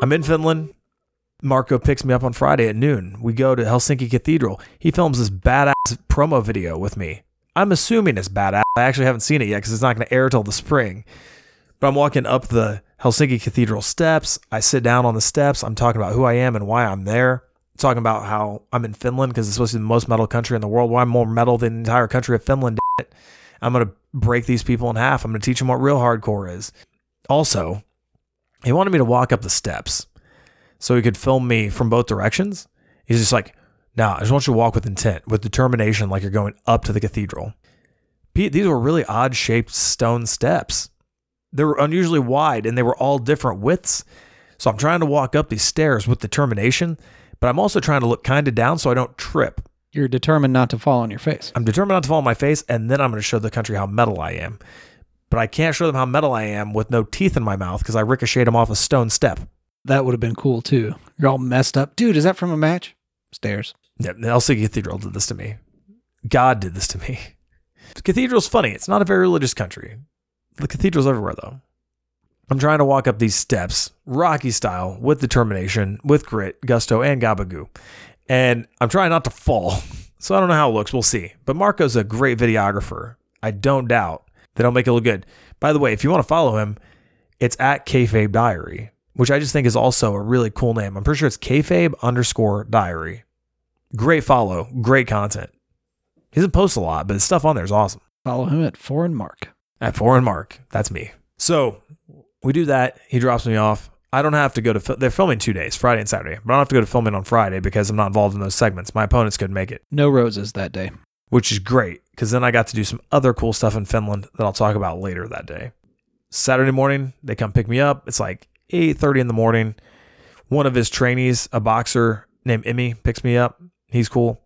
I'm in Finland. Marco picks me up on Friday at noon. We go to Helsinki Cathedral. He films this badass promo video with me. I'm assuming it's badass. I actually haven't seen it yet because it's not going to air till the spring. But I'm walking up the Helsinki Cathedral steps. I sit down on the steps. I'm talking about who I am and why I'm there. I'm talking about how I'm in Finland because it's supposed to be the most metal country in the world. Why I'm more metal than the entire country of Finland. damn it. I'm going to break these people in half. I'm going to teach them what real hardcore is. Also, he wanted me to walk up the steps so he could film me from both directions. He's just like, nah, I just want you to walk with intent, with determination, like you're going up to the cathedral. Pete, these were really odd shaped stone steps. They were unusually wide and they were all different widths. So I'm trying to walk up these stairs with determination, but I'm also trying to look kind of down so I don't trip. You're determined not to fall on your face. I'm determined not to fall on my face, and then I'm going to show the country how metal I am. But I can't show them how metal I am with no teeth in my mouth because I ricocheted them off a stone step. That would have been cool too. You're all messed up. Dude, is that from a match? Stairs. Yeah, the Helsinki Cathedral did this to me. God did this to me. The cathedral's funny. It's not a very religious country. The cathedral's everywhere, though. I'm trying to walk up these steps, Rocky style, with determination, with grit, gusto, and gabagoo. And I'm trying not to fall. So I don't know how it looks. We'll see. But Marco's a great videographer. I don't doubt that he'll make it look good. By the way, if you want to follow him, it's at Kayfabe Diary, which I just think is also a really cool name. I'm pretty sure it's Kayfabe underscore diary great follow, great content. He doesn't post a lot, but his stuff on there is awesome. Follow him at Foreign Mark. At Foreign Mark, that's me. So we do that. He drops me off. I don't have to go to. Fi- they're filming two days, Friday and Saturday. But I don't have to go to filming on Friday because I'm not involved in those segments. My opponents couldn't make it, No roses that day. which is great because then I got to do some other cool stuff in Finland that I'll talk about later that day. Saturday morning, they come pick me up. It's like 8:30 in the morning. One of his trainees, a boxer named Emmy, picks me up. He's cool.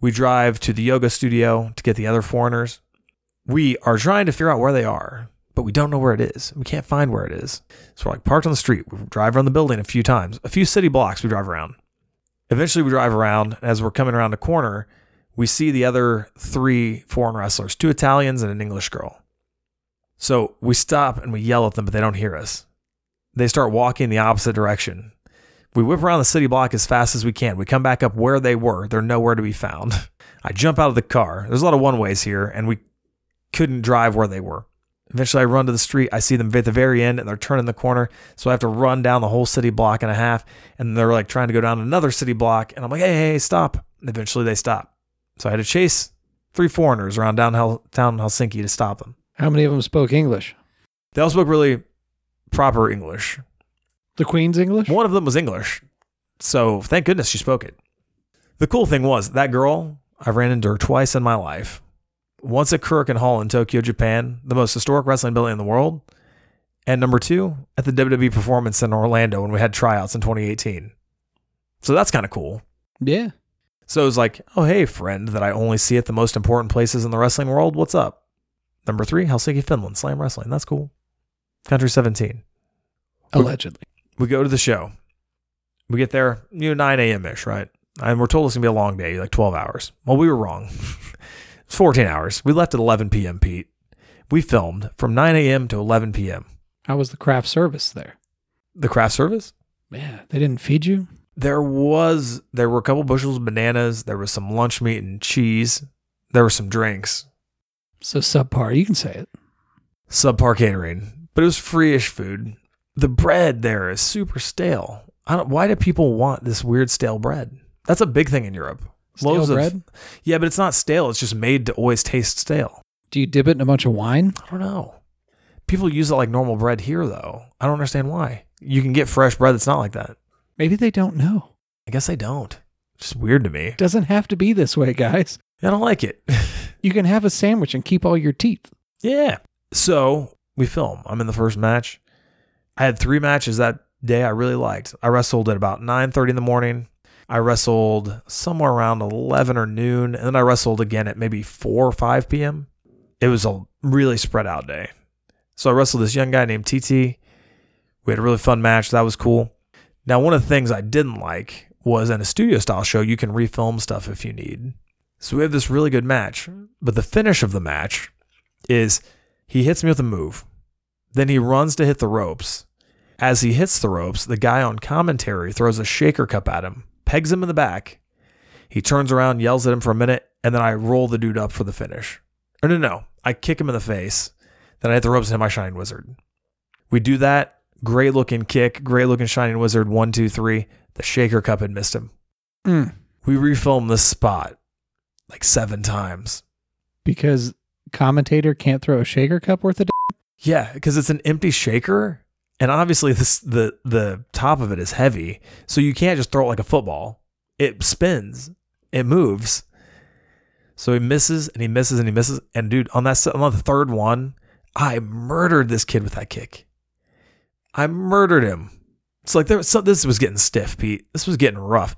We drive to the yoga studio to get the other foreigners. We are trying to figure out where they are, but we don't know where it is. We can't find where it is. So we're like parked on the street. We drive around the building a few times, a few city blocks we drive around. Eventually, we drive around. As we're coming around a corner, we see the other three foreign wrestlers two Italians and an English girl. So we stop and we yell at them, but they don't hear us. They start walking the opposite direction. We whip around the city block as fast as we can. We come back up where they were. They're nowhere to be found. I jump out of the car. There's a lot of one ways here, and we couldn't drive where they were. Eventually, I run to the street. I see them at the very end, and they're turning the corner. So I have to run down the whole city block and a half, and they're like trying to go down another city block. And I'm like, hey, hey, hey, stop. And eventually, they stop. So I had to chase three foreigners around downtown Helsinki to stop them. How many of them spoke English? They all spoke really proper English. The Queen's English? One of them was English. So thank goodness she spoke it. The cool thing was that girl, I ran into her twice in my life. Once at Kurikan Hall in Tokyo, Japan, the most historic wrestling building in the world. And number two, at the WWE Performance Center in Orlando when we had tryouts in 2018. So that's kind of cool. Yeah. So it was like, oh, hey, friend that I only see at the most important places in the wrestling world. What's up? Number three, Helsinki, Finland, Slam Wrestling. That's cool. Country 17. Allegedly. We go to the show. We get there, you know, 9 a.m. ish, right? And we're told it's going to be a long day, like 12 hours. Well, we were wrong. it's 14 hours. We left at 11 p.m., Pete. We filmed from 9 a.m. to 11 p.m. How was the craft service there? The craft service? Yeah. They didn't feed you? There was, there were a couple bushels of bananas. There was some lunch meat and cheese. There were some drinks. So subpar. You can say it. subpar catering, but it was free-ish food. The bread there is super stale. I don't. Why do people want this weird stale bread? That's a big thing in Europe. Stale Loaves of- bread? yeah, but it's not stale. It's just made to always taste stale. Do you dip it in a bunch of wine? I don't know. People use it like normal bread here, though. I don't understand why. You can get fresh bread that's not like that. Maybe they don't know. I guess they don't. It's just weird to me. It doesn't have to be this way, guys. I don't like it. You can have a sandwich and keep all your teeth. Yeah. So we film. I'm in the first match. I had three matches that day I really liked. I wrestled at about 9:30 in the morning. I wrestled somewhere around 11 or noon, and then I wrestled again at maybe 4 or 5 p.m. It was a really spread out day. So I wrestled this young guy named TT. We had a really fun match. That was cool. Now, one of the things I didn't like was in a studio style show, you can refilm stuff if you need. So we have this really good match, but the finish of the match is he hits me with a move. Then he runs to hit the ropes. As he hits the ropes, the guy on commentary throws a shaker cup at him, pegs him in the back. He turns around, yells at him for a minute, and then I roll the dude up for the finish. Or no, no, I kick him in the face. Then I hit the ropes and hit my Shining Wizard. We do that. Great looking kick, great looking Shining Wizard. One, two, three. The shaker cup had missed him. Mm. We refilmed this spot like seven times. Because commentator can't throw a shaker cup worth of. D- Yeah, because it's an empty shaker, and obviously this the the top of it is heavy, so you can't just throw it like a football. It spins, it moves. So he misses and he misses and he misses, and dude, on that se- on the third one, I murdered this kid with that kick. I murdered him. It's like there was some, this was getting stiff, Pete. This was getting rough.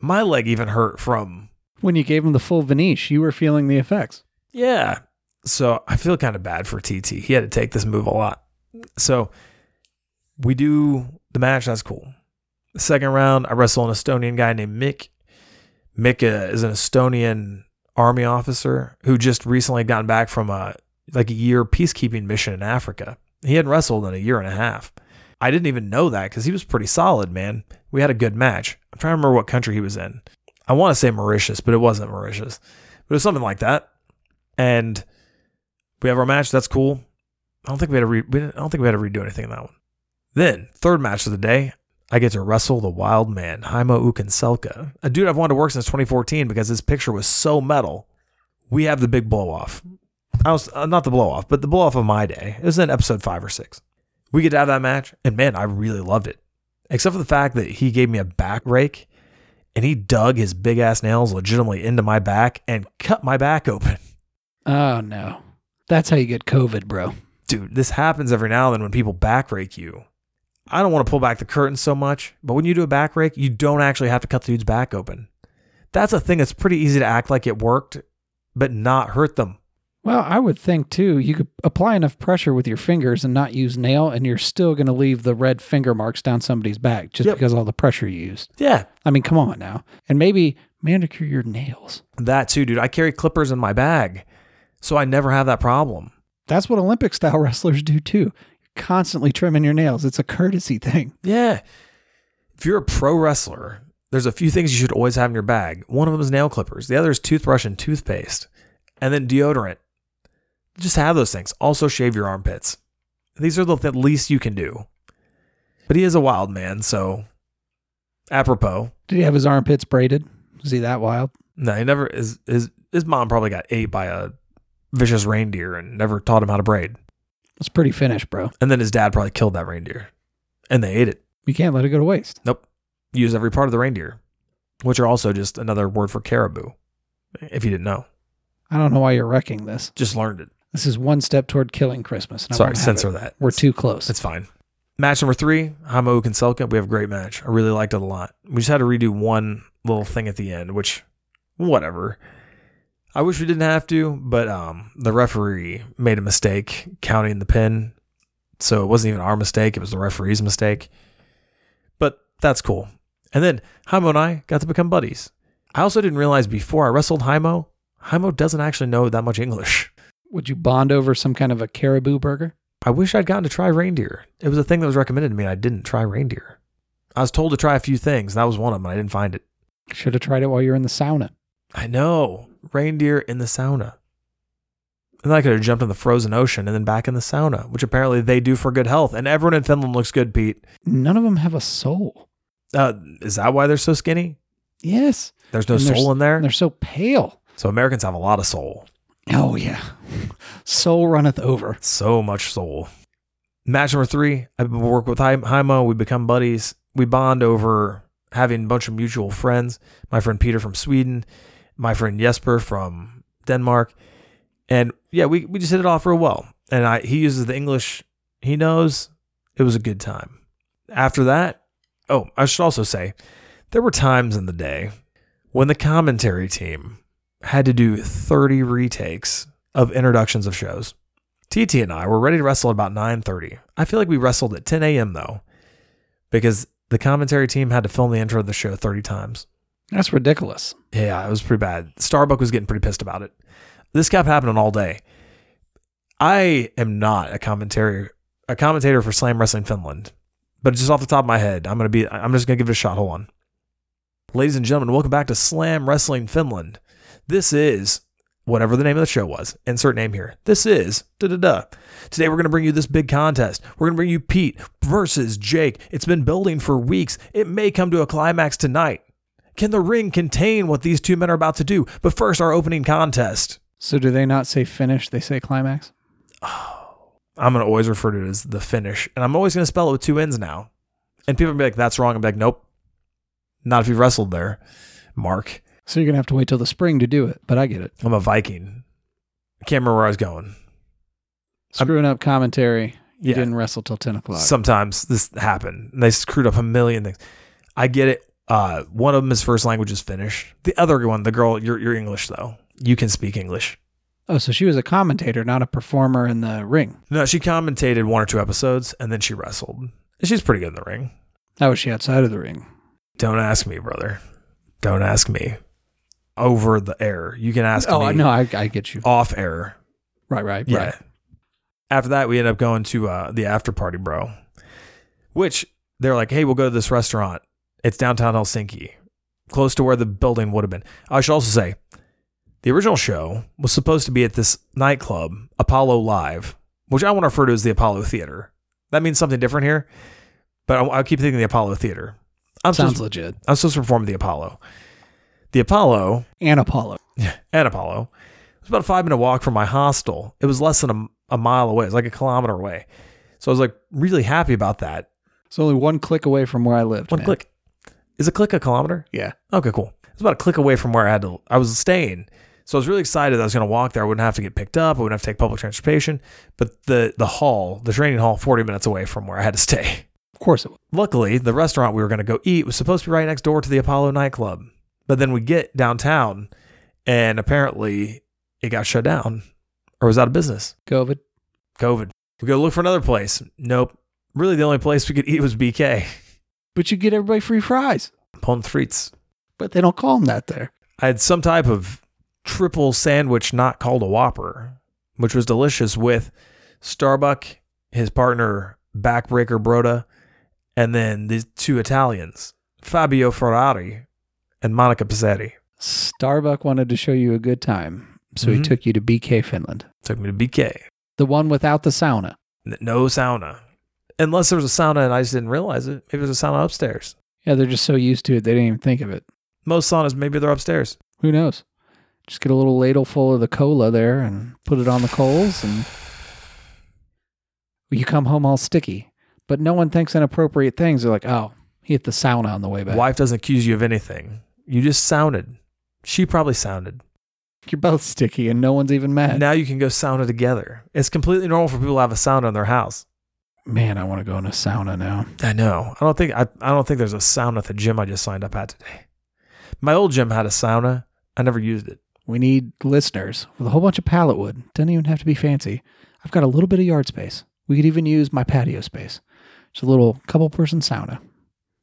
My leg even hurt from when you gave him the full Vanish, you were feeling the effects. yeah. So I feel kind of bad for TT. He had to take this move a lot. So we do the match. That's cool. The second round, I wrestle an Estonian guy named Mick. Mick uh, is an Estonian army officer who just recently gotten back from a like a year peacekeeping mission in Africa. He hadn't wrestled in a year and a half. I didn't even know that because he was pretty solid, man. We had a good match. I'm trying to remember what country he was in. I want to say Mauritius, but it wasn't Mauritius. But it was something like that and we have our match. That's cool. I don't think we had to re- we didn't, I don't think we had to redo anything in that one. Then third match of the day, I get to wrestle the wild man Haimo Ukinselka, a dude I've wanted to work since 2014 because his picture was so metal. We have the big blow off. I was uh, not the blow off, but the blow off of my day. It was in episode five or six. We get to have that match, and man, I really loved it. Except for the fact that he gave me a back rake, and he dug his big ass nails legitimately into my back and cut my back open. Oh no, that's how you get COVID, bro. dude, this happens every now and then when people back rake you. I don't want to pull back the curtain so much, but when you do a back rake, you don't actually have to cut the dude's back open. That's a thing that's pretty easy to act like it worked, but not hurt them. Well, I would think too, you could apply enough pressure with your fingers and not use nail, and you're still going to leave the red finger marks down somebody's back just Yep. because all the pressure you used. Yeah, I mean, come on now. And maybe manicure your nails. that too, dude. I carry clippers in my bag, so I never have that problem. That's what Olympic style wrestlers do too. You're constantly trimming your nails. It's a courtesy thing. Yeah. If you're a pro wrestler, there's a few things you should always have in your bag. One of them is nail clippers, the other is toothbrush and toothpaste, and then deodorant. Just have those things. Also, shave your armpits. These are the th- least you can do. But he is a wild man, so apropos. Did he have his armpits braided? Is he that wild? No, he never his his his mom probably got ate by a vicious reindeer and never taught him how to braid. It's pretty finished, bro. And then his dad probably killed that reindeer, and they ate it. You can't let it go to waste. Nope. Use every part of the reindeer, which are also just another word for caribou, if you didn't know. I don't know why you're wrecking this. Just learned it. This is one step toward killing Christmas. and I Sorry, won't have censor it. that. We're too close. It's fine. Match number three, Hamo Ukinselka. We have a great match. I really liked it a lot. We just had to redo one little thing at the end, which, whatever. I wish we didn't have to, but um, the referee made a mistake counting the pin. So it wasn't even our mistake. It was the referee's mistake. But that's cool. And then Haimo and I got to become buddies. I also didn't realize before I wrestled Haimo, Haimo doesn't actually know that much English. Would you bond over some kind of a caribou burger? I wish I'd gotten to try reindeer. It was a thing that was recommended to me, and I didn't try reindeer. I was told to try a few things, and that was one of them, and I didn't find it. Should have tried it while you were in the sauna. I know. Reindeer in the sauna. And then I could have jumped in the frozen ocean and then back in the sauna, which apparently they do for good health. And everyone in Finland looks good, Pete. None of them have a soul. Uh, is that why they're so skinny? Yes. There's no And there's- soul in And there. they're so pale. So Americans have a lot of soul. Oh, yeah. Soul runneth over. So much soul. Match number three, I work with Hi- Haimo. We become buddies. We bond over having a bunch of mutual friends. My friend Peter from Sweden, my friend Jesper from Denmark. And yeah, we, we just hit it off real well. And I, he uses the English he knows. It was a good time. After that, oh, I should also say there were times in the day when the commentary team had to do 30 retakes of introductions of shows. TT and I were ready to wrestle at about 9:30. I feel like we wrestled at 10 a.m. though, because the commentary team had to film the intro of the show 30 times. That's ridiculous. Yeah, it was pretty bad. Starbuck was getting pretty pissed about it. This kept happening all day. I am not a commentary a commentator for Slam Wrestling Finland, But just off the top of my head, I'm gonna be I'm just gonna give it a shot. Hold on. Ladies and gentlemen, welcome back to Slam Wrestling Finland. This is whatever the name of the show was. Insert name here. This is da da da. Today we're going to bring you this big contest. We're going to bring you Pete versus Jake. It's been building for weeks. It may come to a climax tonight. Can the ring contain what these two men are about to do? But first, our opening contest. So do they not say finish? They say climax. I'm going to always refer to it as the finish, and I'm always going to spell it with two N's now. And people be like, "That's wrong." I'm like, "Nope, not if you wrestled there, Mark." So you're gonna have to wait till the spring to do it. But I get it. I'm a Viking. I can't remember where I was going. Screwing up commentary. You Yeah. didn't wrestle till ten o'clock. Sometimes this happened. And they screwed up a million things. I get it. Uh, one of them is first language is Finnish. The other one, the girl, you're, you're English though. You can speak English. oh, so she was a commentator, not a performer in the ring. No, she commentated one or two episodes and then she wrestled. And She's pretty good in the ring. How was Oh, she outside of the ring? Don't ask me, brother. Don't ask me. Over the air. You can ask oh me no, I, I get you. off air. Right, right, Yeah. right. After that, we end up going to uh, the after party, bro. Which they're like, hey, we'll go to this restaurant. It's downtown Helsinki, close to where the building would have been. I should also say, the original show was supposed to be at this nightclub, Apollo Live, which I want to refer to as the Apollo Theater. That means something different here, but I, I keep thinking the Apollo Theater. I'm Sounds supposed, legit. I'm supposed to perform at the Apollo. The Apollo And Apollo. and Apollo. It was about a five minute walk from my hostel. It was less than a, a mile away. It was like a kilometer away. So I was like really happy about that. It's only one click away from where I lived. One man. click. Is a click a kilometer? Yeah. Okay, cool. It's about a click away from where I had to I was staying. So I was really excited that I was gonna walk there. I wouldn't have to get picked up, I wouldn't have to take public transportation. But the the hall, the training hall, forty minutes away from where I had to stay. Of course it was. Luckily, the restaurant we were going to go eat was supposed to be right next door to the Apollo nightclub. But then we get downtown and apparently it got shut down or was out of business. COVID. COVID. We go look for another place. Nope. Really, the only place we could eat was BK, But you get everybody free fries. Pon Frites. But they don't call them that there. I had some type of triple sandwich not called a Whopper, which was delicious with Starbuck, his partner, Backbreaker Broda, and then these two Italians, Fabio Ferrari and Monica Pizzetti. Starbuck wanted to show you a good time, so he Mhm. took you to BK Finland, Took me to BK. the one without the sauna. N- No sauna. Unless there was a sauna and I just didn't realize it. Maybe there's a sauna upstairs. Yeah, they're just so used to it they didn't even think of it. Most saunas, maybe they're upstairs. Who knows? Just get a little ladle full of the cola there and put it on the coals, and you come home all sticky. But no one thinks inappropriate things. They're like, "Oh, he hit the sauna on the way back." Wife doesn't accuse you of anything. You just sounded. She probably sounded. You're both sticky, and no one's even mad. Now you can go sauna together. It's completely normal for people to have a sauna in their house. Man, I want to go in a sauna now. I know. I don't think I, I don't think there's a sauna at the gym I just signed up at today. My old gym had a sauna. I never used it. We need listeners with a whole bunch of pallet wood. Doesn't even have to be fancy. I've got a little bit of yard space. We could even use my patio space. Just a little couple person sauna.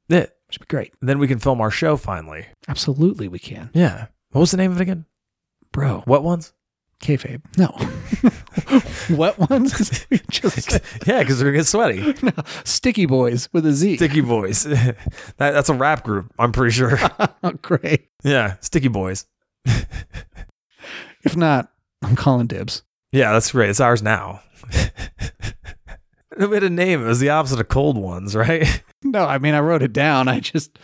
Yeah. Should be great. Then we can film our show finally. Absolutely, we can, Yeah. What was the name of it again? bro. What ones? Kayfabe. No. Wet ones? We Just yeah, because we're gonna get sweaty. no. sticky boys with a Z. Sticky Boys. that, that's a rap group. I'm pretty sure. Oh, great. yeah, Sticky Boys. If not, I'm calling dibs. Yeah, that's great. It's ours now. we had a name. It was the opposite of cold ones, right? No, I mean I wrote it down. I just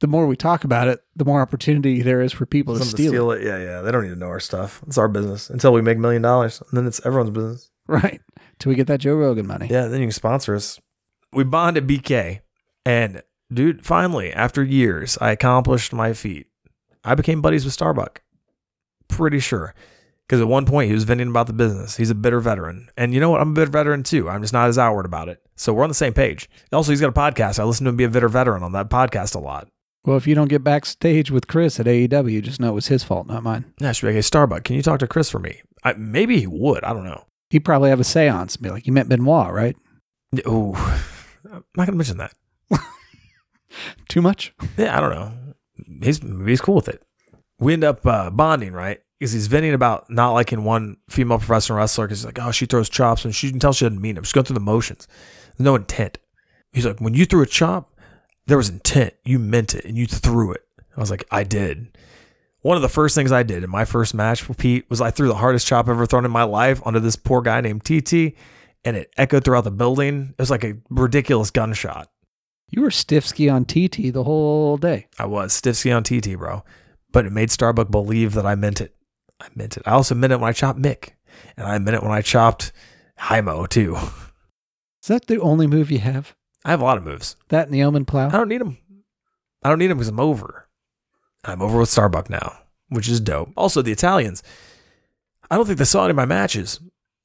the more we talk about it, the more opportunity there is for people to Something steal, it. it. Yeah, yeah. They don't need to know our stuff. It's our business until we make a million dollars, and then it's everyone's business. Right. Till we get that Joe Rogan money. Yeah, then you can sponsor us. We bond at BK, and dude, finally, after years, I accomplished my feat. I became buddies with Starbuck. Pretty sure. Because at one point he was venting about the business. He's a bitter veteran. And you know what? I'm a bitter veteran too. I'm just not as outward about it. So we're on the same page. Also, he's got a podcast. I listen to him be a bitter veteran on that podcast a lot. Well, if you don't get backstage with Chris at AEW, just know it was his fault, not mine. Yeah, I should be like, hey, Starbuck, can you talk to Chris for me? I, maybe he would. I don't know. He'd probably have a seance and be like, You met Benoit, right? Yeah, Ooh, I'm not going to mention that. Too much? Yeah, I don't know. He's he's cool with it. We end up uh, bonding, right? Because he's venting about not liking one female professional wrestler because he's like, oh, she throws chops and she can tell she doesn't mean it. She's going through the motions. There's no intent. He's like, when you threw a chop, there was intent. You meant it and you threw it. I was like, I did. One of the first things I did in my first match with Pete was I threw the hardest chop I've ever thrown in my life onto this poor guy named TT and it echoed throughout the building. It was like a ridiculous gunshot. You were stiffsky on TT the whole day. I was stiffsky on TT, bro. But it made Starbuck believe that I meant it. I meant it. I also meant it when I chopped Mick. And I meant it when I chopped Hymo too. Is that the only move you have? I have a lot of moves. That and the Omen Plow? I don't need them. I don't need them because I'm over. I'm over with Starbuck now, which is dope. Also, the Italians. I don't think they saw any of my matches,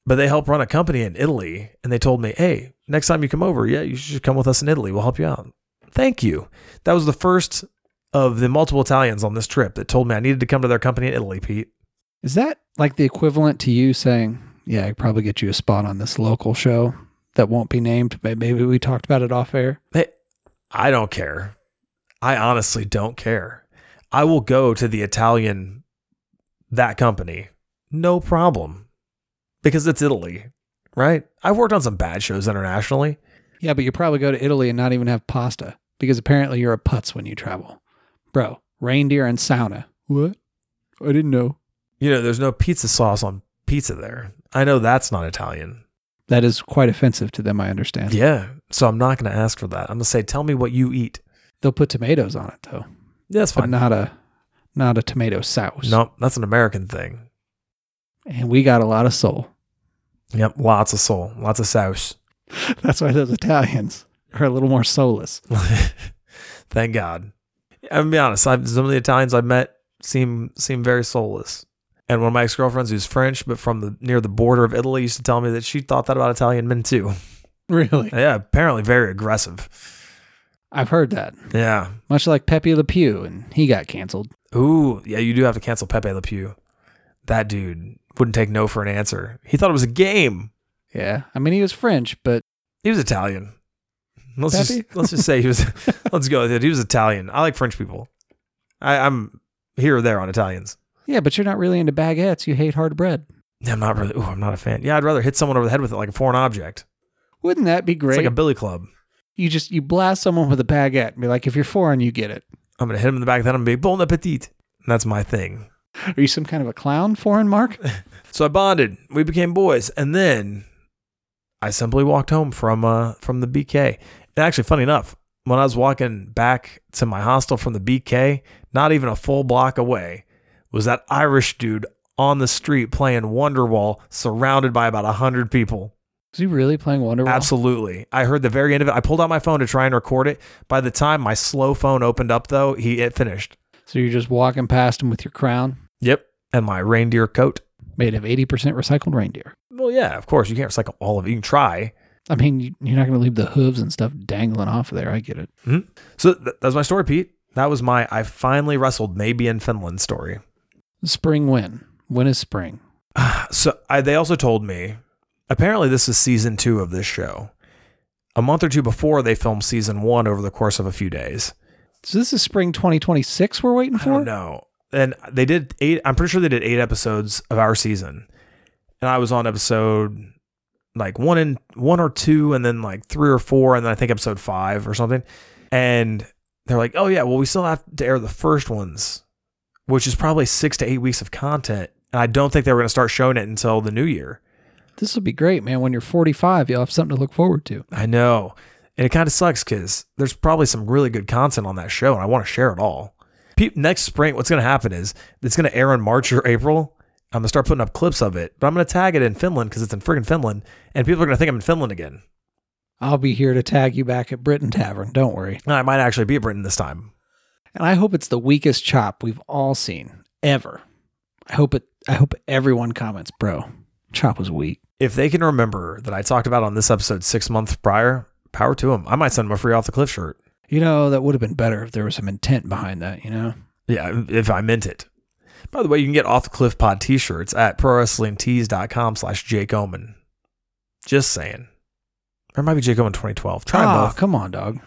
but they help run a company in Italy, and they told me, "Hey, next time you come over, yeah, you should come with us in Italy. We'll help you out." Thank you. That was the first of the multiple Italians on this trip that told me I needed to come to their company in Italy, Pete. Is that like the equivalent to you saying, Yeah, I could probably get you a spot on this local show that won't be named, but maybe we talked about it off air? Hey, I don't care. I honestly don't care. I will go to the Italian that company. No problem. Because it's Italy, right? I've worked on some bad shows internationally. Yeah, but you probably go to Italy and not even have pasta because apparently you're a putz when you travel. Bro, reindeer and sauna. What? I didn't know. You know, there's no pizza sauce on pizza there. I know that's not Italian. That is quite offensive to them, I understand. Yeah. So I'm not going to ask for that. I'm going to say, tell me what you eat. They'll put tomatoes on it though, Yeah, that's but fine. not a not a tomato sauce. No, that's an American thing. And we got a lot of soul. Yep. Lots of soul, lots of sauce. That's why those Italians are a little more soulless. Thank God. I'm gonna be honest. I've, some of the Italians I've met seem seem very soulless. And one of my ex girlfriends, who's French but from the near the border of Italy, used to tell me that she thought that about Italian men too. Really? Yeah, apparently very aggressive. I've heard that. Yeah. Much like Pepe Le Pew and he got canceled. Ooh, yeah. You do have to cancel Pepe Le Pew. That dude wouldn't take no for an answer. He thought it was a game. Yeah. I mean he was French, but He was Italian. Let's Pepe? just let's just say he was. let's go with it. He was Italian. I like French people. I, I'm here or there on Italians. yeah, but you're not really into baguettes. You hate hard bread. Yeah, I'm not really. Ooh, I'm not a fan. Yeah, I'd rather hit someone over the head with it like a foreign object. Wouldn't that be It's great? like a billy club. you just you blast someone with a baguette and be like, if you're foreign, you get it. I'm gonna hit him in the back of the head and be bon appetit. And that's my thing. Are you some kind of a clown, foreign Mark? So I bonded. We became boys, and then I simply walked home from uh from the BK. And actually, funny enough, when I was walking back to my hostel from the BK, not even a full block away, was that Irish dude on the street playing Wonderwall, surrounded by about hundred people. Is he really playing Wonderwall? Absolutely. I heard the very end of it. I pulled out my phone to try and record it. By the time my slow phone opened up, though, he it finished. So you're just walking past him with your crown Yep. And my reindeer coat. made of 80% recycled reindeer. Well, Yeah, of course. You can't recycle all of it. You can try. I mean, you- you're not going to leave the hooves and stuff dangling off of there. I get it. So th- that was my story, Pete. That was my I finally wrestled maybe in Finland story. Spring when? When is spring? So I, they also told me apparently this is season two of this show. A month or two before they filmed season one over the course of a few days. So this is spring 2026 we're waiting I don't for? know. And they did eight. I'm pretty sure they did eight episodes of our season, and I was on episode like one and one or two, and then like three or four, and then I think episode five or something. And they're like, "Oh yeah, well we still have to air the first ones, which is probably six to eight weeks of content." And I don't think they were going to start showing it until the new year. This will be great, man. When you're 45, you'll have something to look forward to. I know, and it kind of sucks because there's probably some really good content on that show, and I want to share it all. Pe- next spring, what's going to happen is it's going to air in March or April. I'm going to start putting up clips of it, but I'm going to tag it in Finland because it's in friggin' Finland, and people are going to think I'm in Finland again. I'll be here to tag you back at Britain Tavern. Don't worry. And I might actually be at Britain this time. And I hope it's the weakest chop we've all seen ever. I hope it. I hope everyone comments, bro. Chop was weak. If they can remember that I talked about on this episode six months prior, power to them. I might send them a free off the cliff shirt. You know that would have been better if there was some intent behind that. You know. Yeah, if I meant it. By the way, you can get off the cliff pod t-shirts at prowrestlingtees.com slash Jake Oman. Just saying. Or it might be Jake Oman 2012. Try 'em Ah, both. come on, dog.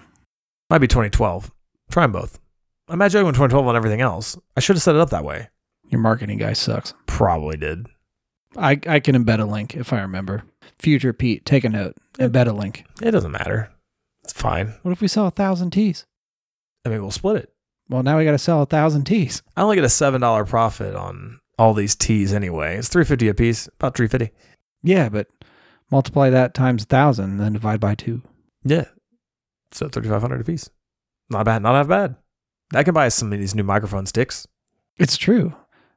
Might be 2012. Try 'em both. I'm at Jake Oman 2012 on everything else. I should have set it up that way. Your marketing guy sucks. Probably did. I I can embed a link if I remember. Future Pete, take a note. Embed a link. It doesn't matter. It's fine. What if we sell a thousand tees? I mean, we'll split it. Well, now we got to sell a thousand tees. I only get a seven dollar profit on all these teas anyway. It's three fifty a piece, about three fifty. Yeah, but multiply that times a thousand and then divide by two. Yeah. So thirty five hundred a piece. Not bad. Not half bad. I can buy some of these new microphone sticks. It's true.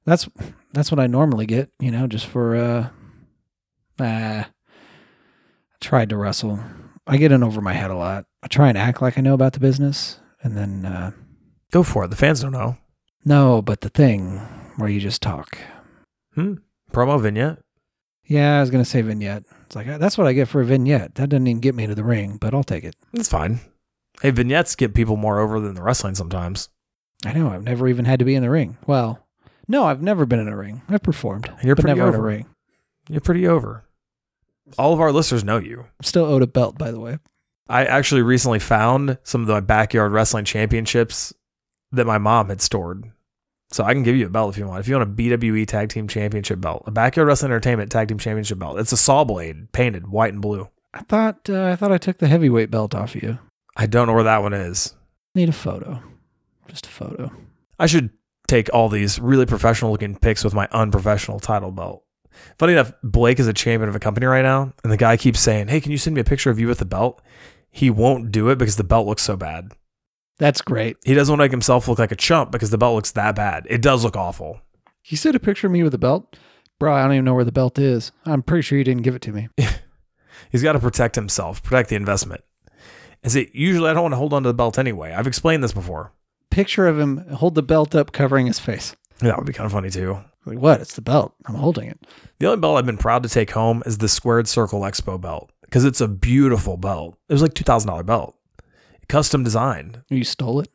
That's that's what I normally get, you know, just for uh uh I tried to wrestle. I get in over my head a lot. I try and act like I know about the business and then uh Go for it. The fans don't know. no, but the thing where you just talk. Promo vignette. Yeah, I was gonna say vignette. It's like uh, that's what I get for a vignette. That doesn't even get me into the ring, but I'll take it. It's fine. Hey, vignettes get people more over than the wrestling sometimes. I know I've never even had to be in the ring. Well, no, I've never been in a ring. I've performed, You're but pretty never in a over. ring. You're pretty over. All of our listeners know you. I'm still owed a belt, by the way. I actually recently found some of my backyard wrestling championships that my mom had stored. So I can give you a belt if you want. If you want a BWE Tag Team Championship belt, a Backyard Wrestling Entertainment Tag Team Championship belt. It's a saw blade painted white and blue. I thought uh, I thought I took the heavyweight belt off of you. I don't know where that one is. Need a photo, just a photo. I should take all these really professional looking pics with my unprofessional title belt. Funny enough, Blake is a champion of a company right now, and the guy keeps saying, Hey, can you send me a picture of you with the belt? He won't do it because the belt looks so bad. That's great. He doesn't want to make himself look like a chump because the belt looks that bad. It does look awful. You sent a picture of me with a belt, bro. I don't even know where the belt is. I'm pretty sure you didn't give it to me. He's got to protect himself, protect the investment. And see, usually I don't want to hold on to the belt anyway. I've explained this before. Picture of him hold the belt up, covering his face. That would be kind of funny too. Like, what? It's the belt. I'm holding it. The only belt I've been proud to take home is the Squared Circle Expo belt because it's a beautiful belt. It was like $2,000 belt, custom designed. You stole it.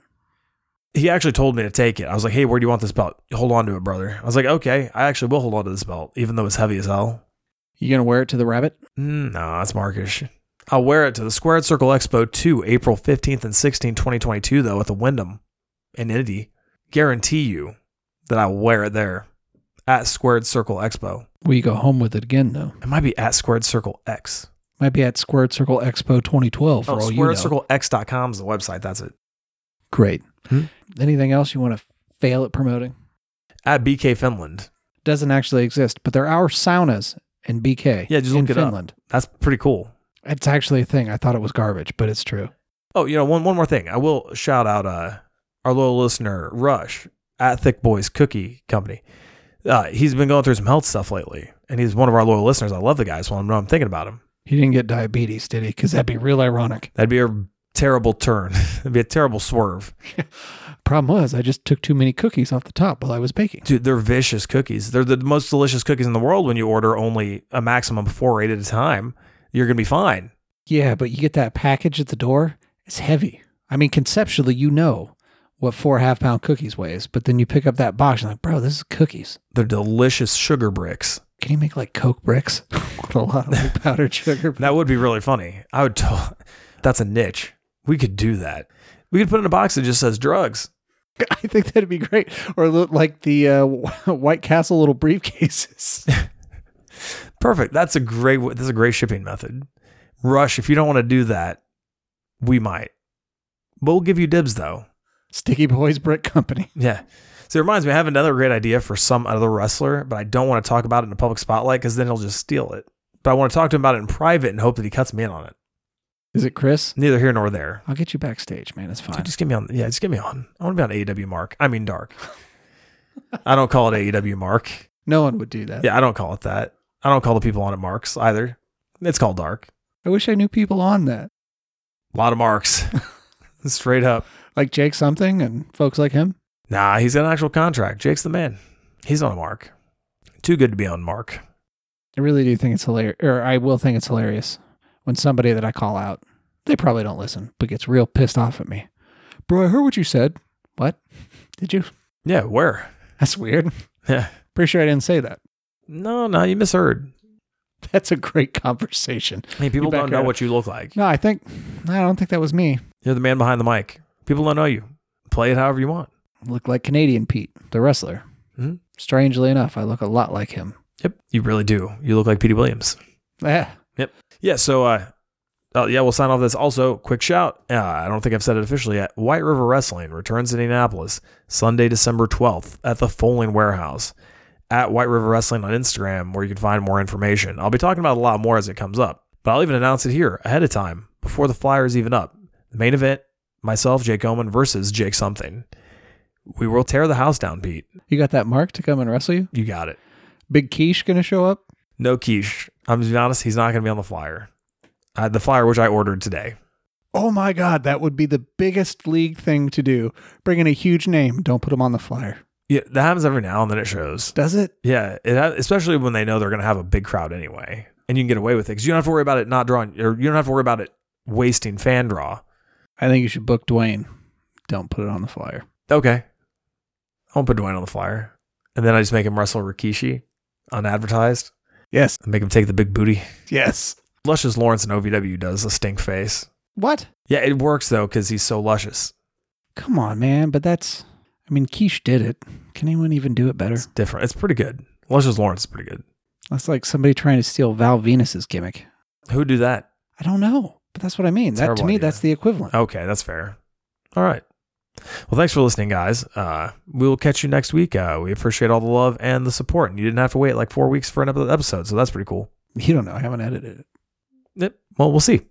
He actually told me to take it. I was like, hey, where do you want this belt? Hold on to it, brother. I was like, okay, I actually will hold on to this belt, even though it's heavy as hell. You gonna wear it to the rabbit? Mm, no, that's markish. I'll wear it to the Squared Circle Expo 2, April 15th and 16th, 2022, though, at the Wyndham in Indy. Guarantee you that I'll wear it there at Squared Circle Expo. Will you go home with it again though? It might be at Squared Circle X. Might be at Squared Circle Expo 2012 for Oh, all you know. SquaredCircleX.com is the website. That's it. Great. Hmm? Anything else you want to fail at promoting? At BK Finland. Doesn't actually exist, but there are saunas in BK. Yeah, just in look it up. Finland. That's pretty cool. It's actually a thing. I thought it was garbage, but it's true. Oh, you know, one, one more thing. I will shout out uh, our little listener, Rush, at Thick Boys Cookie Company. Uh, he's been going through some health stuff lately, and he's one of our loyal listeners. I love the guy, so I'm, I'm thinking about him. He didn't get diabetes, did he? Because that'd be real ironic. That'd be a terrible turn. It'd be a terrible swerve. Problem was, I just took too many cookies off the top while I was baking. Dude, they're vicious cookies. They're the most delicious cookies in the world when you order only a maximum of four eight at a time. You're going to be fine. Yeah, but you get that package at the door. It's heavy. I mean, conceptually, you know what four half pound cookies weighs, but then you pick up that box and like, bro, this is cookies. They're delicious sugar bricks. Can you make like Coke bricks with a lot of like, powdered sugar? That would be really funny. I would. T- that's a niche. We could do that. We could put it in a box that just says drugs. I think that'd be great. Or look like the uh, White Castle little briefcases. Perfect. That's a great. w- That's a great shipping method. Rush. If you don't want to do that, we might. But we'll give you dibs though. Sticky Boys Brick Company. Yeah. So it reminds me, I have another great idea for some other wrestler, but I don't want to talk about it in a public spotlight because then he'll just steal it. But I want to talk to him about it in private and hope that he cuts me in on it. Is it Chris? Neither here nor there. I'll get you backstage, man. It's fine. Dude, just get me on. Yeah, just get me on. I want to be on AEW Mark. I mean Dark. I don't call it AEW Mark. No one would do that. Yeah, I don't call it that. I don't call the people on it marks either. It's called dark. I wish I knew people on that, A lot of marks. Straight up. like Jake something and folks like him. Nah, he's got an actual contract. Jake's the man. He's on a mark. Too good to be on mark. I really do think it's hilarious, or I will think it's hilarious when somebody that I call out, they probably don't listen, but gets real pissed off at me. Bro, I heard what you said. What? Did you? Yeah, where? That's weird. Yeah. Pretty sure I didn't say that. No, no, you misheard. That's a great conversation. I mean, people back don't know up. what you look like. No, I think, I don't think that was me. You're the man behind the mic. People don't know you. Play it however you want. look like Canadian Pete, the wrestler. Mhm. Strangely enough, I look a lot like him. Yep, you really do. You look like Petey Williams. Yeah. Yeah, so uh, Oh, yeah, we'll sign off this. Also, quick shout. Uh, I don't think I've said it officially yet. White River Wrestling returns to Indianapolis Sunday, December 12th at the Foaling Warehouse at White River Wrestling on Instagram, where you can find more information. I'll be talking about it a lot more as it comes up, but I'll even announce it here ahead of time before the flyer is even up. The main event myself, Jake Oman versus Jake something. We will tear the house down, Pete. You got that mark to come and wrestle you? You got it. Big Quiche gonna show up? No quiche. I'm to be honest, he's not going to be on the flyer. Uh, the flyer, which I ordered today. Oh my god, that would be the biggest league thing to do. Bring in a huge name. Don't put him on the flyer. Yeah, that happens every now and then. It shows. Does it? Yeah, it ha- especially when they know they're going to have a big crowd anyway, and you can get away with it because you don't have to worry about it not drawing, or you don't have to worry about it wasting fan draw. I think you should book Dwayne. Don't put it on the flyer. Okay, I'll put Dwayne on the flyer, and then I just make him wrestle Rikishi, unadvertised, Yes. and make him take the big booty. Yes. Luscious Lawrence in OVW does a stink face. What? Yeah, it works though because he's so luscious. Come on, man. But that's I mean, Quiche did it. Can anyone even do it better? It's different. It's pretty good. Luscious Lawrence is pretty good. That's like somebody trying to steal Val Venus's gimmick. Who do that? I don't know. But that's what I mean. That to Terrible me, idea. that's the equivalent. Okay, that's fair. All right. Well, thanks for listening, guys. Uh, we will catch you next week. Uh, we appreciate all the love and the support. And you didn't have to wait like four weeks for another episode, so that's pretty cool. You don't know. I haven't edited it. Yep. Well, we'll see.